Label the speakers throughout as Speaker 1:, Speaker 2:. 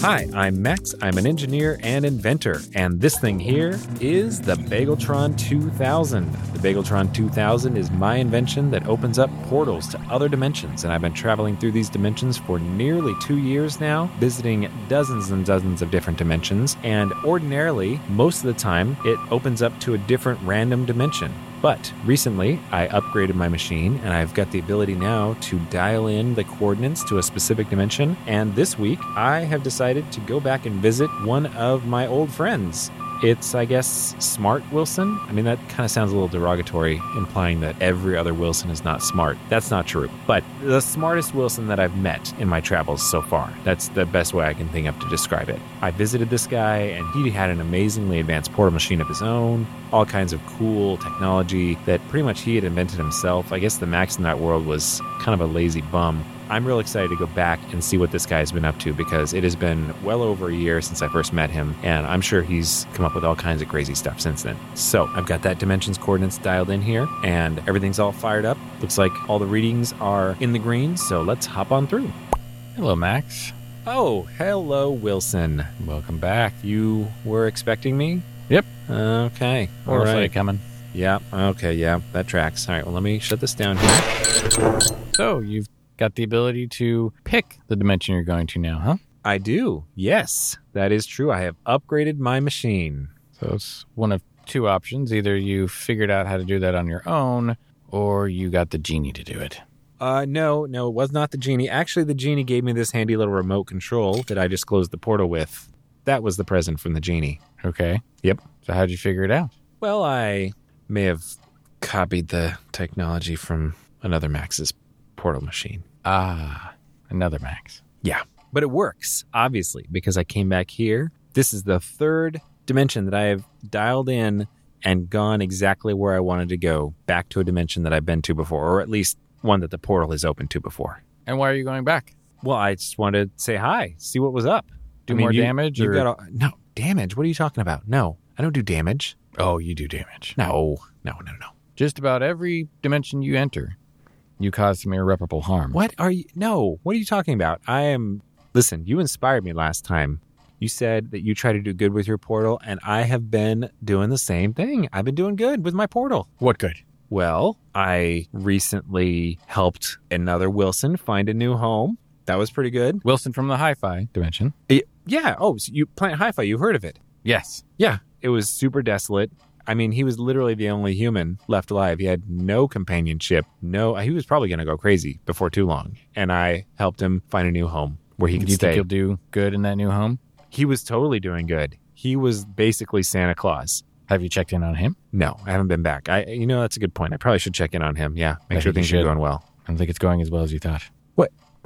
Speaker 1: Hi, I'm Max. I'm an engineer and inventor, and this thing here is the Bageltron 2000. The Bageltron 2000 is my invention that opens up portals to other dimensions, and I've been traveling through these dimensions for nearly two years now, visiting dozens and dozens of different dimensions, and ordinarily, most of the time, it opens up to a different random dimension. But recently, I upgraded my machine and I've got the ability now to dial in the coordinates to a specific dimension. And this week, I have decided to go back and visit one of my old friends. It's, I guess, Smart Wilson. I mean, that kind of sounds a little derogatory, implying that every other Wilson is not smart. That's not true. But the smartest Wilson that I've met in my travels so far. That's the best way I can think of to describe it. I visited this guy, and he had an amazingly advanced portal machine of his own, all kinds of cool technology that pretty much he had invented himself. I guess the max in that world was kind of a lazy bum. I'm real excited to go back and see what this guy's been up to because it has been well over a year since I first met him, and I'm sure he's come up with all kinds of crazy stuff since then. So I've got that dimensions coordinates dialed in here, and everything's all fired up. Looks like all the readings are in the green, so let's hop on through.
Speaker 2: Hello, Max.
Speaker 1: Oh, hello, Wilson.
Speaker 2: Welcome back.
Speaker 1: You were expecting me?
Speaker 2: Yep.
Speaker 1: Okay. All
Speaker 2: Or
Speaker 1: right.
Speaker 2: was I coming?
Speaker 1: Yeah. Okay. Yeah. That tracks. All right. Well, let me shut this down here.
Speaker 2: So you've got the ability to pick the dimension you're going to now, huh?
Speaker 1: I do. Yes, that is true. I have upgraded my machine.
Speaker 2: So it's one of two options. Either you figured out how to do that on your own, or you got the genie to do it.
Speaker 1: Uh, no, no, it was not the genie. Actually, the genie gave me this handy little remote control that I just closed the portal with. That was the present from the genie.
Speaker 2: Okay.
Speaker 1: Yep.
Speaker 2: So how'd you figure it out?
Speaker 1: Well, I may have copied the technology from another Max's portal machine.
Speaker 2: Ah, another Max.
Speaker 1: But it works, obviously, because I came back here. This is the third dimension that I have dialed in and gone exactly where I wanted to go, back to a dimension that I've been to before, or at least one that the portal is open to before.
Speaker 2: And why are you going back?
Speaker 1: Well, I just wanted to say hi, see what was up.
Speaker 2: Do
Speaker 1: I mean,
Speaker 2: more
Speaker 1: you-
Speaker 2: damage?
Speaker 1: You
Speaker 2: or...
Speaker 1: got all, no damage. What are you talking about? No, I don't do damage.
Speaker 2: Oh, you do damage.
Speaker 1: No, no, no, no.
Speaker 2: Just about every dimension you enter, you cause some irreparable harm.
Speaker 1: What are you? No, what are you talking about? I am. Listen, you inspired me last time. You said that you try to do good with your portal, and I have been doing the same thing. I've been doing good with my portal.
Speaker 2: What good?
Speaker 1: Well, I recently helped another Wilson find a new home. That was pretty good.
Speaker 2: Wilson from the hi fi dimension.
Speaker 1: Yeah. Oh, so you plant hi-fi. You heard of it?
Speaker 2: Yes.
Speaker 1: Yeah, it was super desolate. I mean, he was literally the only human left alive. He had no companionship. No, he was probably going to go crazy before too long. And I helped him find a new home where he
Speaker 2: Do
Speaker 1: could
Speaker 2: you think
Speaker 1: stay.
Speaker 2: you'll do good in that new home?
Speaker 1: He was totally doing good. He was basically Santa Claus.
Speaker 2: Have you checked in on him?
Speaker 1: No, I haven't been back. I, you know, that's a good point. I probably should check in on him. Yeah, make
Speaker 2: I
Speaker 1: sure
Speaker 2: think
Speaker 1: things
Speaker 2: you
Speaker 1: are
Speaker 2: should.
Speaker 1: going well.
Speaker 2: I don't think it's going as well as you thought.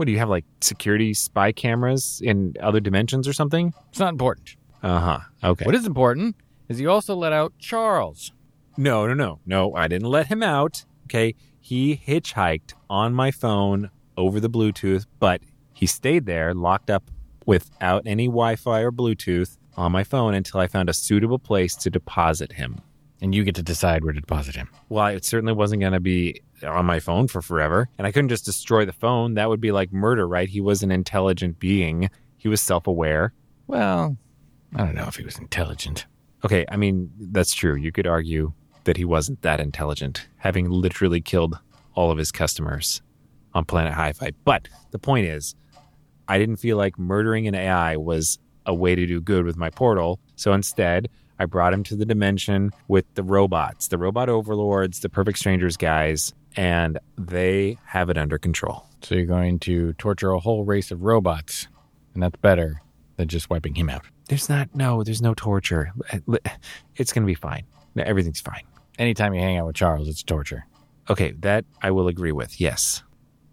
Speaker 1: What do you have, like security spy cameras in other dimensions or something?
Speaker 2: It's not important.
Speaker 1: Uh huh. Okay.
Speaker 2: What is important is you also let out Charles.
Speaker 1: No, no, no, no. I didn't let him out. Okay. He hitchhiked on my phone over the Bluetooth, but he stayed there locked up without any Wi Fi or Bluetooth on my phone until I found a suitable place to deposit him.
Speaker 2: And you get to decide where to deposit him.
Speaker 1: Well, it certainly wasn't going to be on my phone for forever. And I couldn't just destroy the phone. That would be like murder, right? He was an intelligent being, he was self aware.
Speaker 2: Well, I don't know if he was intelligent.
Speaker 1: Okay, I mean, that's true. You could argue that he wasn't that intelligent, having literally killed all of his customers on Planet Hi Fi. But the point is, I didn't feel like murdering an AI was a way to do good with my portal. So instead, I brought him to the dimension with the robots, the robot overlords, the perfect strangers guys, and they have it under control.
Speaker 2: So you're going to torture a whole race of robots, and that's better than just wiping him out.
Speaker 1: There's not, no, there's no torture. It's going to be fine. Everything's fine.
Speaker 2: Anytime you hang out with Charles, it's torture.
Speaker 1: Okay, that I will agree with, yes.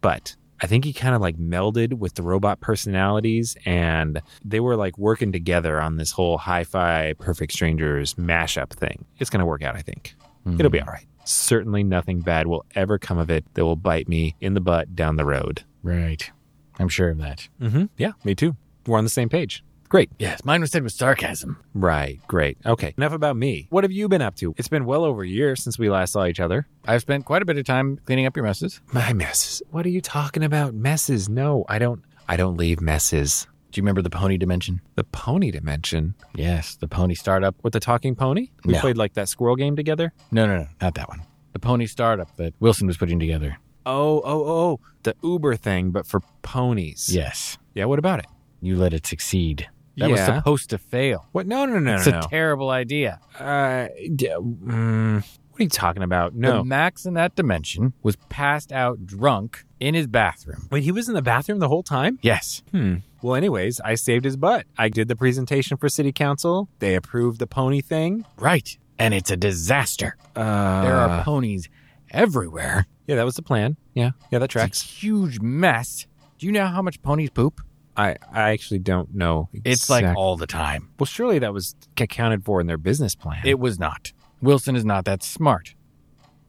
Speaker 1: But I think he kind of like melded with the robot personalities and they were like working together on this whole hi fi perfect strangers mashup thing. It's going to work out, I think.
Speaker 2: Hmm.
Speaker 1: It'll be all right. Certainly nothing bad will ever come of it that will bite me in the butt down the road.
Speaker 2: right. I'm sure of that.
Speaker 1: Mm-hmm. Yeah, me too. We're on the same page. Great.
Speaker 2: Yes, mine was said with sarcasm.
Speaker 1: Right, great. Okay, enough about me. What have you been up to? It's been well over a year since we last saw each other.
Speaker 2: I've spent quite a bit of time cleaning up your messes.
Speaker 1: My messes. What are you talking about? Messes? No, I don't. I don't leave messes.
Speaker 2: Do you remember the pony dimension?
Speaker 1: The pony dimension
Speaker 2: Yes, the pony startup.
Speaker 1: with the talking pony. We
Speaker 2: No.
Speaker 1: played like that squirrel game together.
Speaker 2: No, no, no, not that one. The pony startup that Wilson was putting together.
Speaker 1: Oh, oh, oh, the Uber thing, but for ponies.
Speaker 2: Yes,
Speaker 1: Yeah. What about it?
Speaker 2: you let it succeed. That was
Speaker 1: Yeah.
Speaker 2: supposed to fail.
Speaker 1: What? No, no, no,
Speaker 2: it's
Speaker 1: no.
Speaker 2: a
Speaker 1: no.
Speaker 2: terrible idea.
Speaker 1: uh, d- mm, what are you talking about? No.
Speaker 2: The Max in that dimension was passed out drunk in his bathroom.
Speaker 1: Wait, he was in the bathroom the whole time?
Speaker 2: Yes.
Speaker 1: Hmm. Well, anyways, I saved his butt. I did the presentation for city council. They approved the pony thing.
Speaker 2: Right. And it's a disaster.
Speaker 1: Uh,
Speaker 2: there are ponies everywhere.
Speaker 1: yeah, that was the plan. Yeah, yeah, that
Speaker 2: It's
Speaker 1: tracks.
Speaker 2: a huge mess. Do you know how much ponies poop?
Speaker 1: I, I actually don't know.
Speaker 2: It's like
Speaker 1: exact-
Speaker 2: all the time.
Speaker 1: well, surely that was accounted for in their business plan.
Speaker 2: It was not. Wilson is not that smart.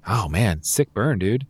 Speaker 1: oh man, sick burn, dude.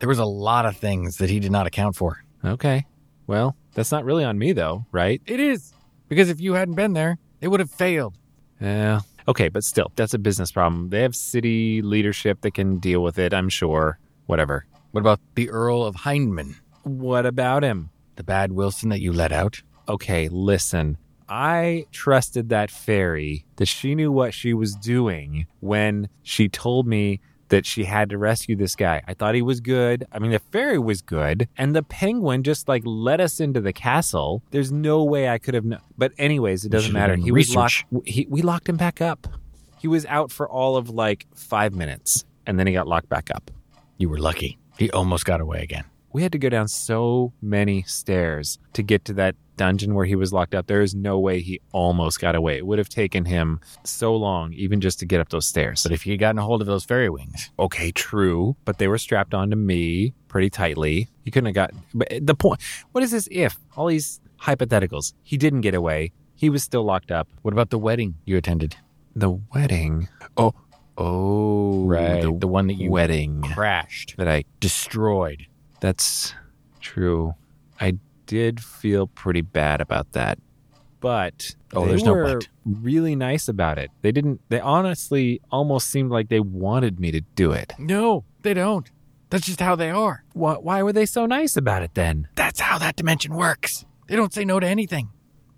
Speaker 2: There was a lot of things that he did not account for.
Speaker 1: Okay, well, that's not really on me though, right?
Speaker 2: It is. Because if you hadn't been there, it would have failed.
Speaker 1: Yeah. Okay, but still, that's a business problem. They have city leadership that can deal with it. I'm sure. Whatever.
Speaker 2: What about the Earl of Hindman?
Speaker 1: What about him?
Speaker 2: The bad Wilson that you let out?
Speaker 1: okay, listen, I trusted that fairy that she knew what she was doing when she told me that she had to rescue this guy. I thought he was good. I mean, the fairy was good, and the penguin just like let us into the castle. There's no way I could have known. But anyways, it doesn't
Speaker 2: should've
Speaker 1: matter.
Speaker 2: done
Speaker 1: He was
Speaker 2: research.
Speaker 1: locked. He, we locked him back up. He was out for all of like five minutes, and then he got locked back up.
Speaker 2: You were lucky. He almost got away again.
Speaker 1: We had to go down so many stairs to get to that dungeon where he was locked up. There is no way he almost got away. It would have taken him so long, even just to get up those stairs.
Speaker 2: But if he had gotten a hold of those fairy wings,
Speaker 1: Okay, true, but they were strapped onto me pretty tightly. He couldn't have gotten. But the point. What is this if? All these hypotheticals. He didn't get away. He was still locked up.
Speaker 2: what about the wedding you attended?
Speaker 1: The wedding. Oh, oh,
Speaker 2: The,
Speaker 1: The
Speaker 2: one that you
Speaker 1: wedding
Speaker 2: crashed,
Speaker 1: that I
Speaker 2: destroyed.
Speaker 1: That's true. I did feel pretty bad about that. But
Speaker 2: Oh,
Speaker 1: they
Speaker 2: there's no
Speaker 1: were
Speaker 2: but.
Speaker 1: really nice about it. They didn't they honestly almost seemed like they wanted me to do it.
Speaker 2: No, they don't. That's just how they are.
Speaker 1: Why, why were they so nice about it then?
Speaker 2: That's how that dimension works. They don't say no to anything.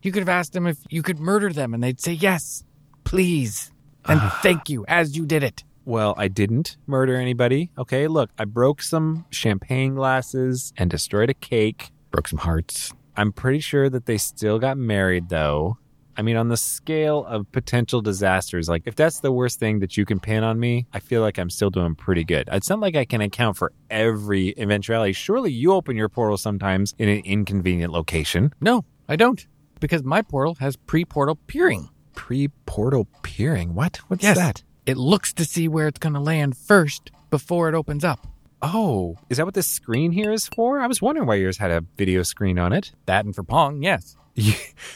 Speaker 2: You could have asked them if you could murder them, and they'd say yes, please, and thank you as you did it.
Speaker 1: Well, I didn't murder anybody. Okay, look, I broke some champagne glasses and destroyed a cake.
Speaker 2: Broke some hearts.
Speaker 1: I'm pretty sure that they still got married though. I mean, on the scale of potential disasters, like if that's the worst thing that you can pin on me, I feel like I'm still doing pretty good. It's not like I can account for every eventuality. Surely you open your portal sometimes in an inconvenient location.
Speaker 2: No, I don't, because my portal has pre-portal peering.
Speaker 1: Pre portal peering? What? What's
Speaker 2: Yes.
Speaker 1: that?
Speaker 2: It looks to see where it's going to land first before it opens up.
Speaker 1: Oh, is that what this screen here is for? I was wondering why yours had a video screen on it.
Speaker 2: That and for Pong, yes.
Speaker 1: You,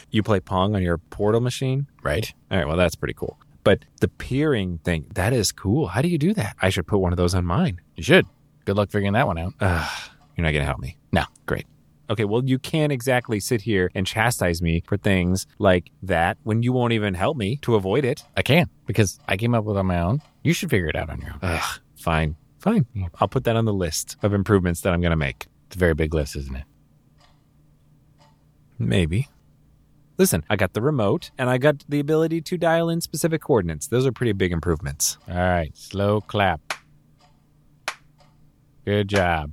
Speaker 1: you play Pong on your portal machine?
Speaker 2: Right.
Speaker 1: All right, well, that's pretty cool. But the peering thing, that is cool. How do you do that? I should put one of those on mine.
Speaker 2: You should. Good luck figuring that one out.
Speaker 1: Ugh, you're not going to help me.
Speaker 2: No.
Speaker 1: Uh, Great. Okay, well, you can't exactly sit here and chastise me for things like that when you won't even help me to avoid it.
Speaker 2: I can because I came up with it on my own. You should figure it out on your own.
Speaker 1: Ugh, fine. Fine. I'll put that on the list of improvements that I'm going to make.
Speaker 2: It's a very big list, isn't it?
Speaker 1: Maybe. Listen, I got the remote and I got the ability to dial in specific coordinates. Those are pretty big improvements.
Speaker 2: All right, slow clap. Good job.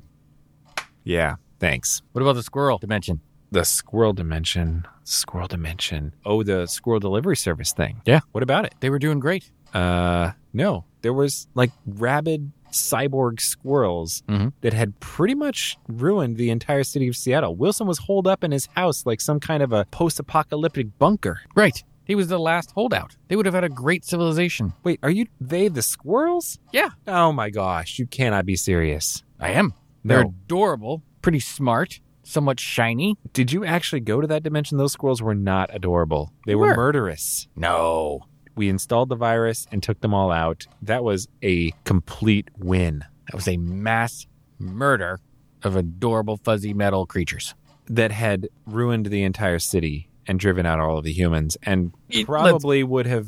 Speaker 1: Yeah, thanks.
Speaker 2: What about the squirrel dimension?
Speaker 1: the squirrel dimension squirrel dimension oh the squirrel delivery service thing
Speaker 2: Yeah.
Speaker 1: what about it
Speaker 2: They were doing great.
Speaker 1: uh no there was like rabid cyborg squirrels
Speaker 2: Mhm.
Speaker 1: that had pretty much ruined the entire city of seattle wilson was holed up in his house like some kind of a post-apocalyptic bunker
Speaker 2: Right. He was the last holdout. They would have had a great civilization.
Speaker 1: wait are you they the squirrels
Speaker 2: Yeah.
Speaker 1: oh my gosh you cannot be serious
Speaker 2: I am. They're
Speaker 1: No.
Speaker 2: adorable, pretty smart, somewhat shiny.
Speaker 1: did you actually go to that dimension those squirrels were not adorable they were
Speaker 2: Were.
Speaker 1: murderous
Speaker 2: No.
Speaker 1: we installed the virus and took them all out. That was a complete win
Speaker 2: That was a mass murder of adorable fuzzy metal creatures.
Speaker 1: that had ruined the entire city and driven out all of the humans and
Speaker 2: It-
Speaker 1: probably would have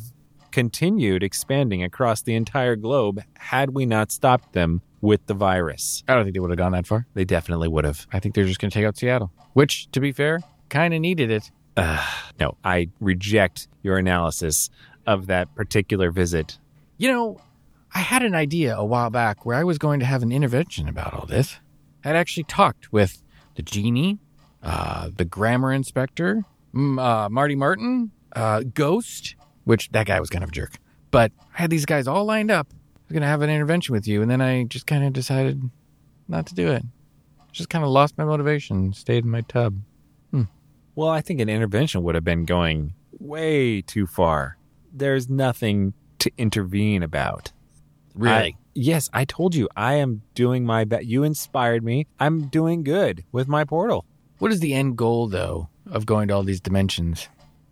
Speaker 1: continued expanding across the entire globe had we not stopped them with the virus.
Speaker 2: I don't think they would have gone that far.
Speaker 1: They definitely would have.
Speaker 2: I think they're just going to take out Seattle, which, to be fair, kind of needed it.
Speaker 1: uh, No, I reject your analysis of that particular visit.
Speaker 2: You know, I had an idea a while back where I was going to have an intervention about all this. I'd actually talked with the genie, uh, the grammar inspector, m- uh, Marty Martin, uh, Ghost, which that guy was kind of a jerk. But I had these guys all lined up. I was going to have an intervention with you, and then I just kind of decided not to do it. Just kind of lost my motivation, stayed in my tub.
Speaker 1: Well, I think an intervention would have been going way too far. There's nothing to intervene about. I- yes, I told you I am doing my best. You inspired me. I'm doing good with my portal.
Speaker 2: What is the end goal, though, of going to all these dimensions?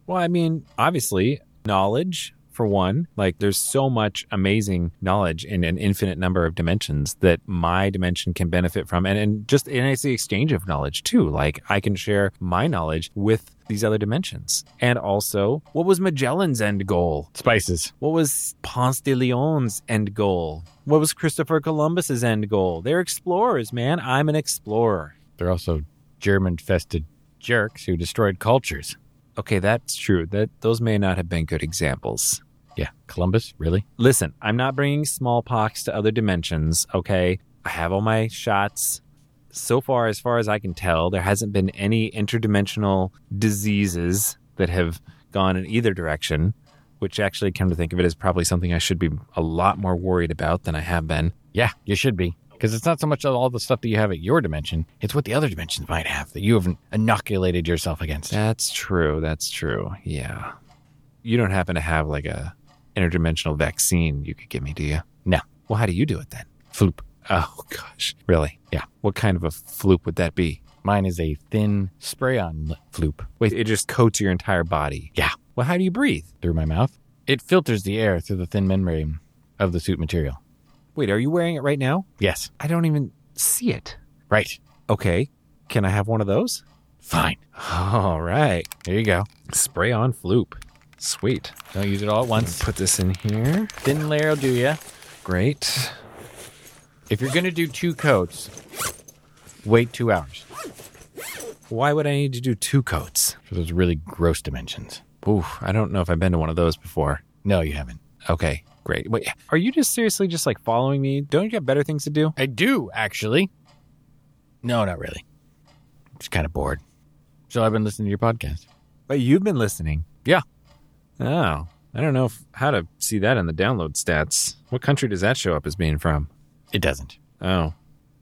Speaker 1: Well, I mean, obviously, knowledge for one. Like, there's so much amazing knowledge in an infinite number of dimensions that my dimension can benefit from. And, and just, and it's the exchange of knowledge too. Like, I can share my knowledge with these other dimensions. And also, what was Magellan's end goal?
Speaker 2: Spices.
Speaker 1: What was Ponce de Leon's end goal? What was Christopher Columbus's end goal? They're explorers, man. I'm an explorer.
Speaker 2: They're also German fested jerks who destroyed cultures.
Speaker 1: Okay, that's true. That those may not have been good examples.
Speaker 2: Yeah, Columbus, really?
Speaker 1: Listen, I'm not bringing smallpox to other dimensions, okay? I have all my shots. So far, as far as I can tell, there hasn't been any interdimensional diseases that have gone in either direction, which actually, come to think of it, is probably something I should be a lot more worried about than I have been.
Speaker 2: Yeah, you should be. Because it's not so much all the stuff that you have at your dimension, it's what the other dimensions might have that you have inoculated yourself against.
Speaker 1: That's true. That's true. Yeah. You don't happen to have like a interdimensional vaccine you could give me, do you?
Speaker 2: No.
Speaker 1: Well, how do you do it then?
Speaker 2: Floop.
Speaker 1: Oh gosh. Really?
Speaker 2: Yeah.
Speaker 1: What kind of a floop would that be?
Speaker 2: Mine is a thin spray on lip floop
Speaker 1: Wait, it just coats your entire body.
Speaker 2: Yeah.
Speaker 1: Well, how do you breathe?
Speaker 2: through my mouth. It filters the air through the thin membrane of the suit material.
Speaker 1: Wait, are you wearing it right now?
Speaker 2: Yes.
Speaker 1: I don't even see it.
Speaker 2: Right.
Speaker 1: Okay. Can I have one of those?
Speaker 2: Fine.
Speaker 1: All right.
Speaker 2: There you go.
Speaker 1: Spray on floop. Sweet.
Speaker 2: Don't use it all at once.
Speaker 1: Put this in here.
Speaker 2: Thin layer will do ya.
Speaker 1: Great.
Speaker 2: If you're going to do two coats, wait two hours
Speaker 1: Why would I need to do two coats?
Speaker 2: for those really gross dimensions.
Speaker 1: Oof, I don't know if I've been to one of those before.
Speaker 2: No, you haven't.
Speaker 1: Okay, great. Wait, are you just seriously just like following me? Don't you have better things to do?
Speaker 2: I do, actually. No, not really. I'm just kind of bored. So I've been listening to your podcast.
Speaker 1: But you've been listening.
Speaker 2: Yeah.
Speaker 1: Oh, I don't know if, how to see that in the download stats. What country does that show up as being from?
Speaker 2: It doesn't.
Speaker 1: Oh,
Speaker 2: I'm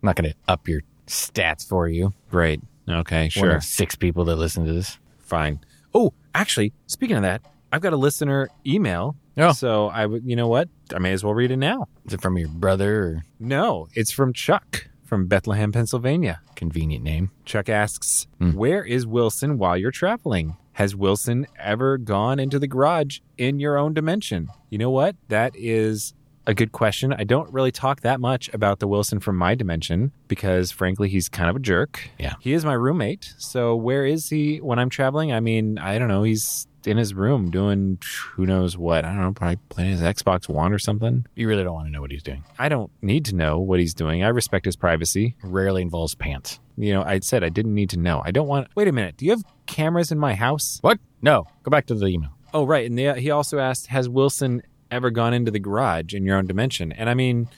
Speaker 2: not going to up your stats for you.
Speaker 1: great. Okay,
Speaker 2: One
Speaker 1: sure.
Speaker 2: of six people that listen to this.
Speaker 1: Fine. Oh, actually, speaking of that, I've got a listener email.
Speaker 2: Oh.
Speaker 1: So I would, you know what? I may as well read it now.
Speaker 2: Is it from your brother or
Speaker 1: No, it's from Chuck from Bethlehem, Pennsylvania.
Speaker 2: convenient name?
Speaker 1: Chuck asks,
Speaker 2: Hmm.
Speaker 1: Where is Wilson while you're traveling? Has Wilson ever gone into the garage in your own dimension? You know what? That is a good question. I don't really talk that much about the Wilson from my dimension because, frankly, he's kind of a jerk.
Speaker 2: Yeah.
Speaker 1: He is my roommate. So, where is he when I'm traveling? I mean, I don't know. He's in his room doing who knows what. I don't know, probably playing his Xbox One or something.
Speaker 2: You really don't want to know what he's doing.
Speaker 1: I don't need to know what he's doing. I respect his privacy.
Speaker 2: Rarely involves pants.
Speaker 1: You know, I said I didn't need to know. I don't want. Wait a minute. Do you have cameras in my house?
Speaker 2: What? No. Go back to the email.
Speaker 1: Oh, right. And they, he also asked, has Wilson ever gone into the garage in your own dimension? And I mean,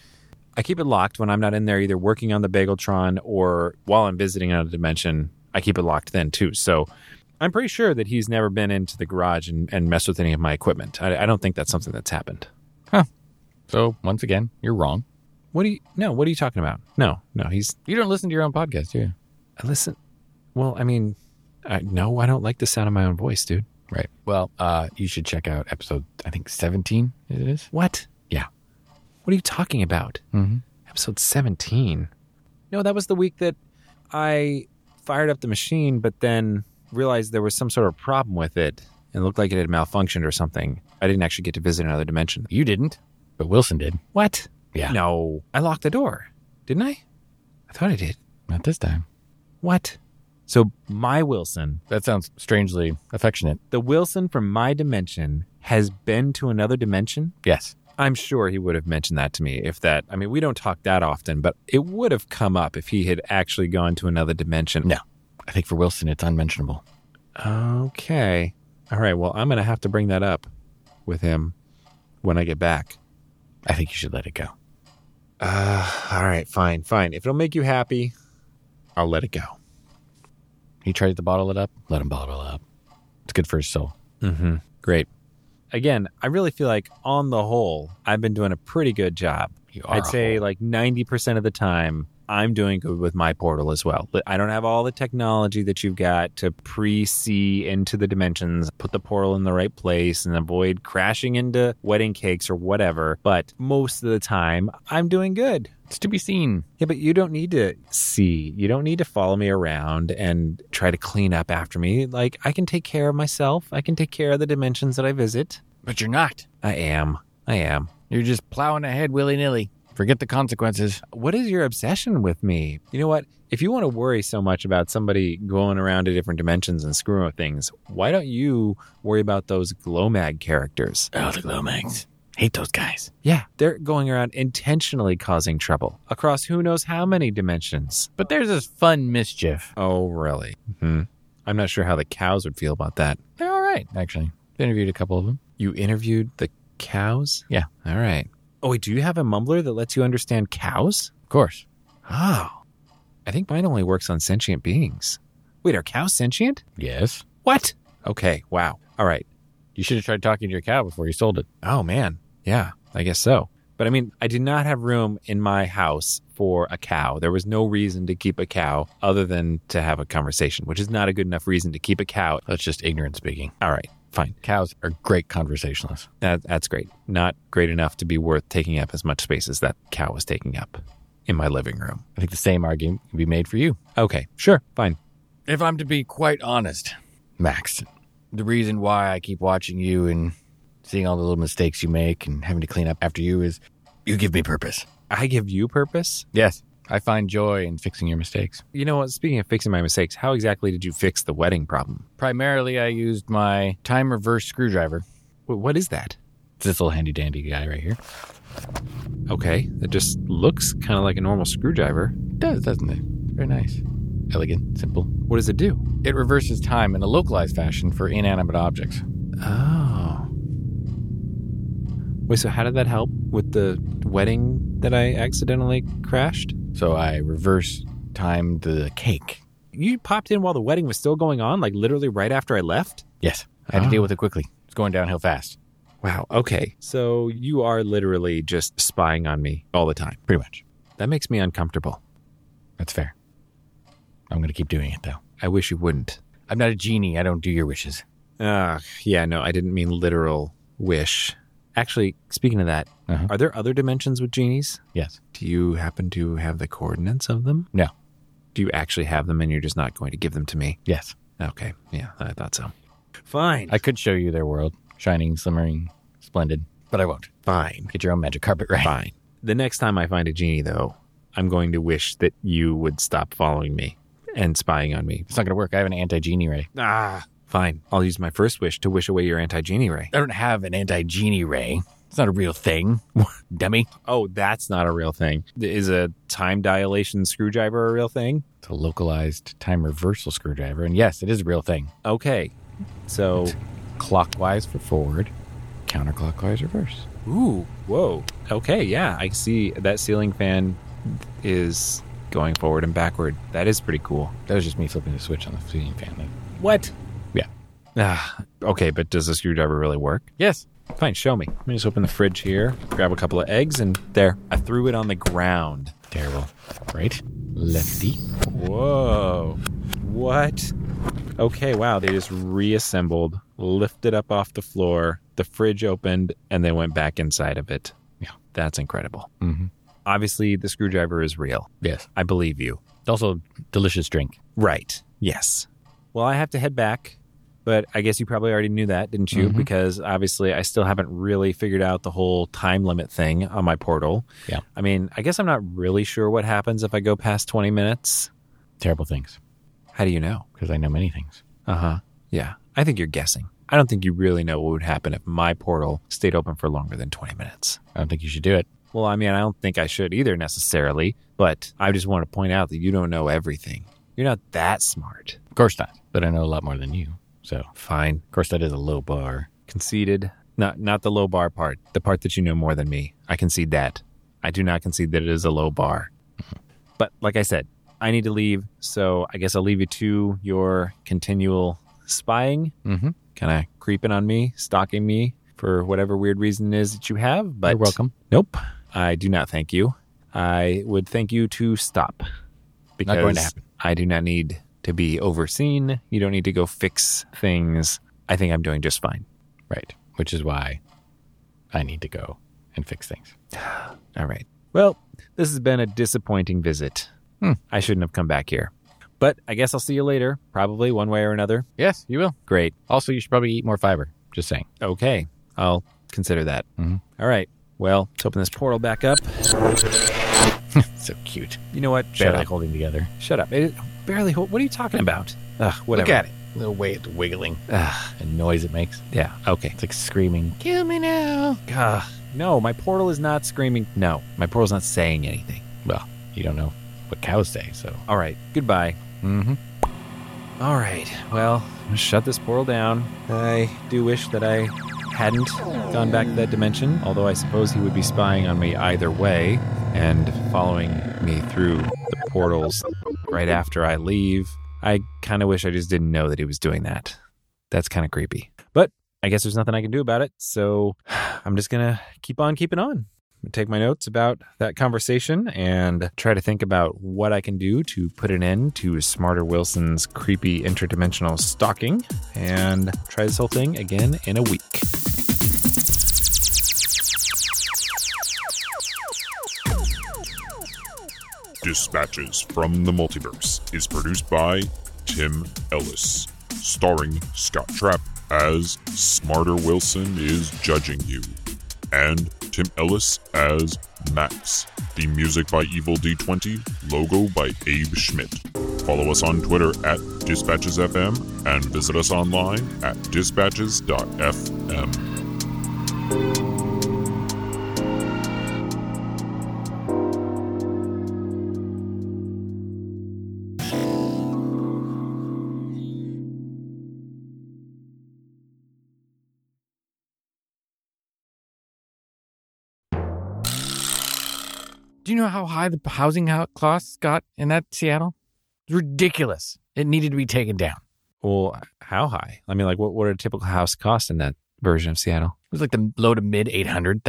Speaker 1: I keep it locked when I'm not in there, either working on the Bageltron or while I'm visiting another dimension. I keep it locked then too. So I'm pretty sure that he's never been into the garage and, and messed with any of my equipment. I, I don't think that's something that's happened.
Speaker 2: So once again, you're wrong.
Speaker 1: What do you? No. What are you talking about? No. No. He's.
Speaker 2: You don't listen to your own podcast, do you?
Speaker 1: I listen. Well, I mean, I, no. I don't like the sound of my own voice, dude.
Speaker 2: Right. Well, uh, you should check out episode I think seventeen it is.
Speaker 1: What?
Speaker 2: Yeah.
Speaker 1: What are you talking about?
Speaker 2: Mm-hmm.
Speaker 1: Episode 17. No, that was the week that I fired up the machine, but then realized there was some sort of problem with it and looked like it had malfunctioned or something. I didn't actually get to visit another dimension.
Speaker 2: You didn't, but Wilson did.
Speaker 1: What?
Speaker 2: Yeah.
Speaker 1: No. I locked the door, didn't I? I thought I did.
Speaker 2: Not this time.
Speaker 1: What? So, my Wilson,
Speaker 2: That sounds strangely affectionate.
Speaker 1: the Wilson from my dimension, has been to another dimension?
Speaker 2: Yes.
Speaker 1: I'm sure he would have mentioned that to me if that, I mean, we don't talk that often, but it would have come up if he had actually gone to another dimension.
Speaker 2: No. I think for Wilson, it's unmentionable.
Speaker 1: Okay. All right. Well, I'm going to have to bring that up with him when I get back.
Speaker 2: I think you should let it go.
Speaker 1: Uh, all right. Fine. Fine. If it'll make you happy, I'll let it go.
Speaker 2: He tried to bottle it up. Let him bottle it up. It's good for his soul.
Speaker 1: Mm-hmm. Great. Again, I really feel like on the whole, I've been doing a pretty good job.
Speaker 2: You are
Speaker 1: I'd
Speaker 2: a
Speaker 1: say
Speaker 2: whole.
Speaker 1: like 90% of the time, I'm doing good with my portal as well. But I don't have all the technology that you've got to pre see into the dimensions, put the portal in the right place, and avoid crashing into wedding cakes or whatever. But most of the time, I'm doing good.
Speaker 2: it's to be seen.
Speaker 1: Yeah, but you don't need to see. You don't need to follow me around and try to clean up after me. Like, I can take care of myself. I can take care of the dimensions that I visit.
Speaker 2: But you're not.
Speaker 1: I am. I am.
Speaker 2: You're just plowing ahead willy nilly. Forget the consequences.
Speaker 1: What is your obsession with me? You know what? If you want to worry so much about somebody going around to different dimensions and screwing with things, why don't you worry about those Glomag characters?
Speaker 2: Oh, the Glomags. Hate those guys.
Speaker 1: Yeah, they're going around intentionally causing trouble across who knows how many dimensions.
Speaker 2: But there's this fun mischief.
Speaker 1: Oh, really? hmm I'm not sure how the cows would feel about that.
Speaker 2: They're all right, actually. Interviewed a couple of them.
Speaker 1: You interviewed the cows?
Speaker 2: Yeah.
Speaker 1: All right. Oh, wait, do you have a mumbler that lets you understand cows?
Speaker 2: Of course.
Speaker 1: Oh. I think mine only works on sentient beings. Wait, are cows sentient?
Speaker 2: Yes.
Speaker 1: What? Okay, wow. All right.
Speaker 2: You should have tried talking to your cow before you sold it.
Speaker 1: Oh, man. Yeah, I guess so. But I mean, I did not have room in my house for a cow. There was no reason to keep a cow other than to have a conversation, which is not a good enough reason to keep a cow.
Speaker 2: That's just ignorant speaking.
Speaker 1: All right, fine.
Speaker 2: Cows are great conversationalists.
Speaker 1: That, that's great. Not great enough to be worth taking up as much space as that cow was taking up in my living room.
Speaker 2: I think the same argument can be made for you.
Speaker 1: Okay, sure, fine.
Speaker 2: If I'm to be quite honest, Max, the reason why I keep watching you and seeing all the little mistakes you make and having to clean up after you is you give me purpose.
Speaker 1: I give you purpose.
Speaker 2: Yes. I find joy in fixing your mistakes.
Speaker 1: You know what? Speaking of fixing my mistakes, how exactly did you fix the wedding problem?
Speaker 2: Primarily, I used my time reverse screwdriver.
Speaker 1: Wh- What is that?
Speaker 2: It's this little handy dandy guy right here.
Speaker 1: Okay, it just looks kind of like a normal screwdriver.
Speaker 2: It does, doesn't it? Very nice. Elegant, simple.
Speaker 1: What does it do?
Speaker 2: It reverses time in a localized fashion for inanimate objects.
Speaker 1: Oh. Wait, so how did that help with the wedding that I accidentally crashed?
Speaker 2: So I reverse timed the cake.
Speaker 1: You popped in while the wedding was still going on, like literally right after I left?
Speaker 2: Yes. I had
Speaker 1: Oh.
Speaker 2: to deal with it quickly. It's going downhill fast,
Speaker 1: Wow. Okay. So you are literally just spying on me all the time.
Speaker 2: pretty much.
Speaker 1: That makes me uncomfortable.
Speaker 2: That's fair. I'm going to keep doing it, though.
Speaker 1: I wish you wouldn't.
Speaker 2: I'm not a genie. I don't do your wishes.
Speaker 1: Ah, yeah, no, I didn't mean literal wish. Actually, speaking of that,
Speaker 2: Uh-huh.
Speaker 1: are there other dimensions with genies?
Speaker 2: Yes.
Speaker 1: Do you happen to have the coordinates of them?
Speaker 2: No.
Speaker 1: Do you actually have them and you're just not going to give them to me?
Speaker 2: Yes.
Speaker 1: Okay, yeah, I thought so. Fine.
Speaker 2: I could show you their world shining, glimmering, splendid, but I won't.
Speaker 1: fine.
Speaker 2: Get your own magic carpet, right?
Speaker 1: Fine. The next time I find a genie, though, I'm going to wish that you would stop following me and spying on me.
Speaker 2: It's not going to work. I have an anti genie ray.
Speaker 1: Ah, fine. I'll use my first wish to wish away your anti genie ray.
Speaker 2: I don't have an anti genie ray. It's not a real thing, dummy.
Speaker 1: Oh, that's not a real thing. Is a time dilation screwdriver a real thing?
Speaker 2: It's a localized time reversal screwdriver. And yes, it is a real thing.
Speaker 1: Okay. So,
Speaker 2: Clockwise for forward, counterclockwise reverse.
Speaker 1: ooh, whoa. Okay, yeah, I see that ceiling fan is going forward and backward. That is pretty cool.
Speaker 2: That was just me flipping the switch on the ceiling fan.
Speaker 1: What?
Speaker 2: Yeah.
Speaker 1: Ah, okay, but does the screwdriver really work?
Speaker 2: Yes.
Speaker 1: Fine, show me. Let me just open the fridge here, grab a couple of eggs, and there, I threw it on the ground.
Speaker 2: Terrible. Right? Lefty.
Speaker 1: Whoa. What? Okay, wow. They just reassembled, lifted up off the floor, the fridge opened, and they went back inside of it.
Speaker 2: Yeah.
Speaker 1: That's incredible.
Speaker 2: Mm-hmm.
Speaker 1: Obviously, the screwdriver is real.
Speaker 2: Yes.
Speaker 1: I believe you.
Speaker 2: Also, delicious drink.
Speaker 1: Right. Yes. Well, I have to head back, but I guess you probably already knew that, didn't you?
Speaker 2: Mhm.
Speaker 1: Because obviously, I still haven't really figured out the whole time limit thing on my portal.
Speaker 2: Yeah.
Speaker 1: I mean, I guess I'm not really sure what happens if I go past 20 minutes.
Speaker 2: Terrible things,
Speaker 1: How do you know?
Speaker 2: because I know many things.
Speaker 1: Uh huh. Yeah. I think you're guessing. I don't think you really know what would happen if my portal stayed open for longer than 20 minutes.
Speaker 2: I don't think you should do it.
Speaker 1: Well, I mean, I don't think I should either necessarily, but I just want to point out that you don't know everything. You're not that smart.
Speaker 2: Of course not. But I know a lot more than you. So fine. Of course, that is a low bar.
Speaker 1: Conceded. Not not the low bar part. The part that you know more than me. I concede that. I do not concede that it is a low bar. But like I said, I need to leave, so I guess I'll leave you to your continual spying,
Speaker 2: Mm-hmm.
Speaker 1: kind of creeping on me, stalking me for whatever weird reason it is that you have. But
Speaker 2: You're welcome.
Speaker 1: Nope. I do not thank you. I would thank you to stop. Because
Speaker 2: going to happen.
Speaker 1: I do not need to be overseen. You don't need to go fix things. I think I'm doing just fine.
Speaker 2: Right. Which is why I need to go and fix things.
Speaker 1: All right. Well, this has been a disappointing visit.
Speaker 2: Hmm.
Speaker 1: I shouldn't have come back here. But I guess I'll see you later, probably one way or another.
Speaker 2: Yes, you will.
Speaker 1: Great.
Speaker 2: Also, you should probably eat more fiber. Just saying.
Speaker 1: Okay. I'll consider that.
Speaker 2: Mhm.
Speaker 1: All right. Well, let's open this portal back up.
Speaker 2: So cute.
Speaker 1: You know what? Shut
Speaker 2: Barely
Speaker 1: up.
Speaker 2: holding together.
Speaker 1: Shut up. It barely. What are you talking about? Ugh, whatever.
Speaker 2: Look at it. The way it's wiggling.
Speaker 1: Ugh,
Speaker 2: The noise it makes.
Speaker 1: yeah. Okay.
Speaker 2: It's like screaming, kill me now.
Speaker 1: Ugh, no, my portal is not screaming. No, my portal's not saying anything.
Speaker 2: Well, you don't know what cows say, so.
Speaker 1: All right, goodbye.
Speaker 2: Mm-hmm.
Speaker 1: All right, well, I'm gonna shut this portal down. I do wish that I hadn't gone back to that dimension, although I suppose he would be spying on me either way and following me through the portals right after I leave. I kind of wish I just didn't know that he was doing that. That's kind of creepy. But I guess there's nothing I can do about it, so I'm just going to keep on keeping on. I'm gonna Take my notes about that conversation and try to think about what I can do to put an end to Smarter Wilson's creepy interdimensional stalking and try this whole thing again in a week.
Speaker 3: Dispatches from the Multiverse is produced by Tim Ellis, starring Scott Trapp as Smarter Wilson is judging you, and Tim Ellis as Max. The music by Evil D20, logo by Abe Schmidt. Follow us on Twitter at DispatchesFM and visit us online at dispatches.fm.
Speaker 2: Do you know how high the housing ho- costs got in that Seattle? It's ridiculous. It needed to be taken down.
Speaker 1: Well, how high? I mean, like, what what would a typical house cost in that version of Seattle?
Speaker 2: It was like the low to mid 800,000s.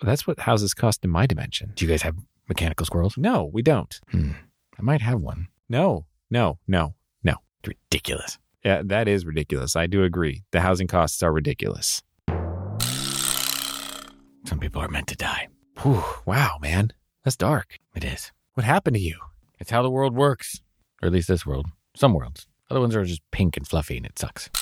Speaker 1: Well, that's what houses cost in my dimension.
Speaker 2: Do you guys have mechanical squirrels?
Speaker 1: No, we don't.
Speaker 2: I might have one.
Speaker 1: No, no, no.
Speaker 2: It's ridiculous.
Speaker 1: Yeah, that is ridiculous. I do agree. The housing costs are ridiculous.
Speaker 2: Some people are meant to die.
Speaker 1: Whew, wow, man, that's dark.
Speaker 2: It is.
Speaker 1: What happened to you?
Speaker 2: It's how the world works, or at least this world. Some worlds. Other ones are just pink and fluffy and it sucks.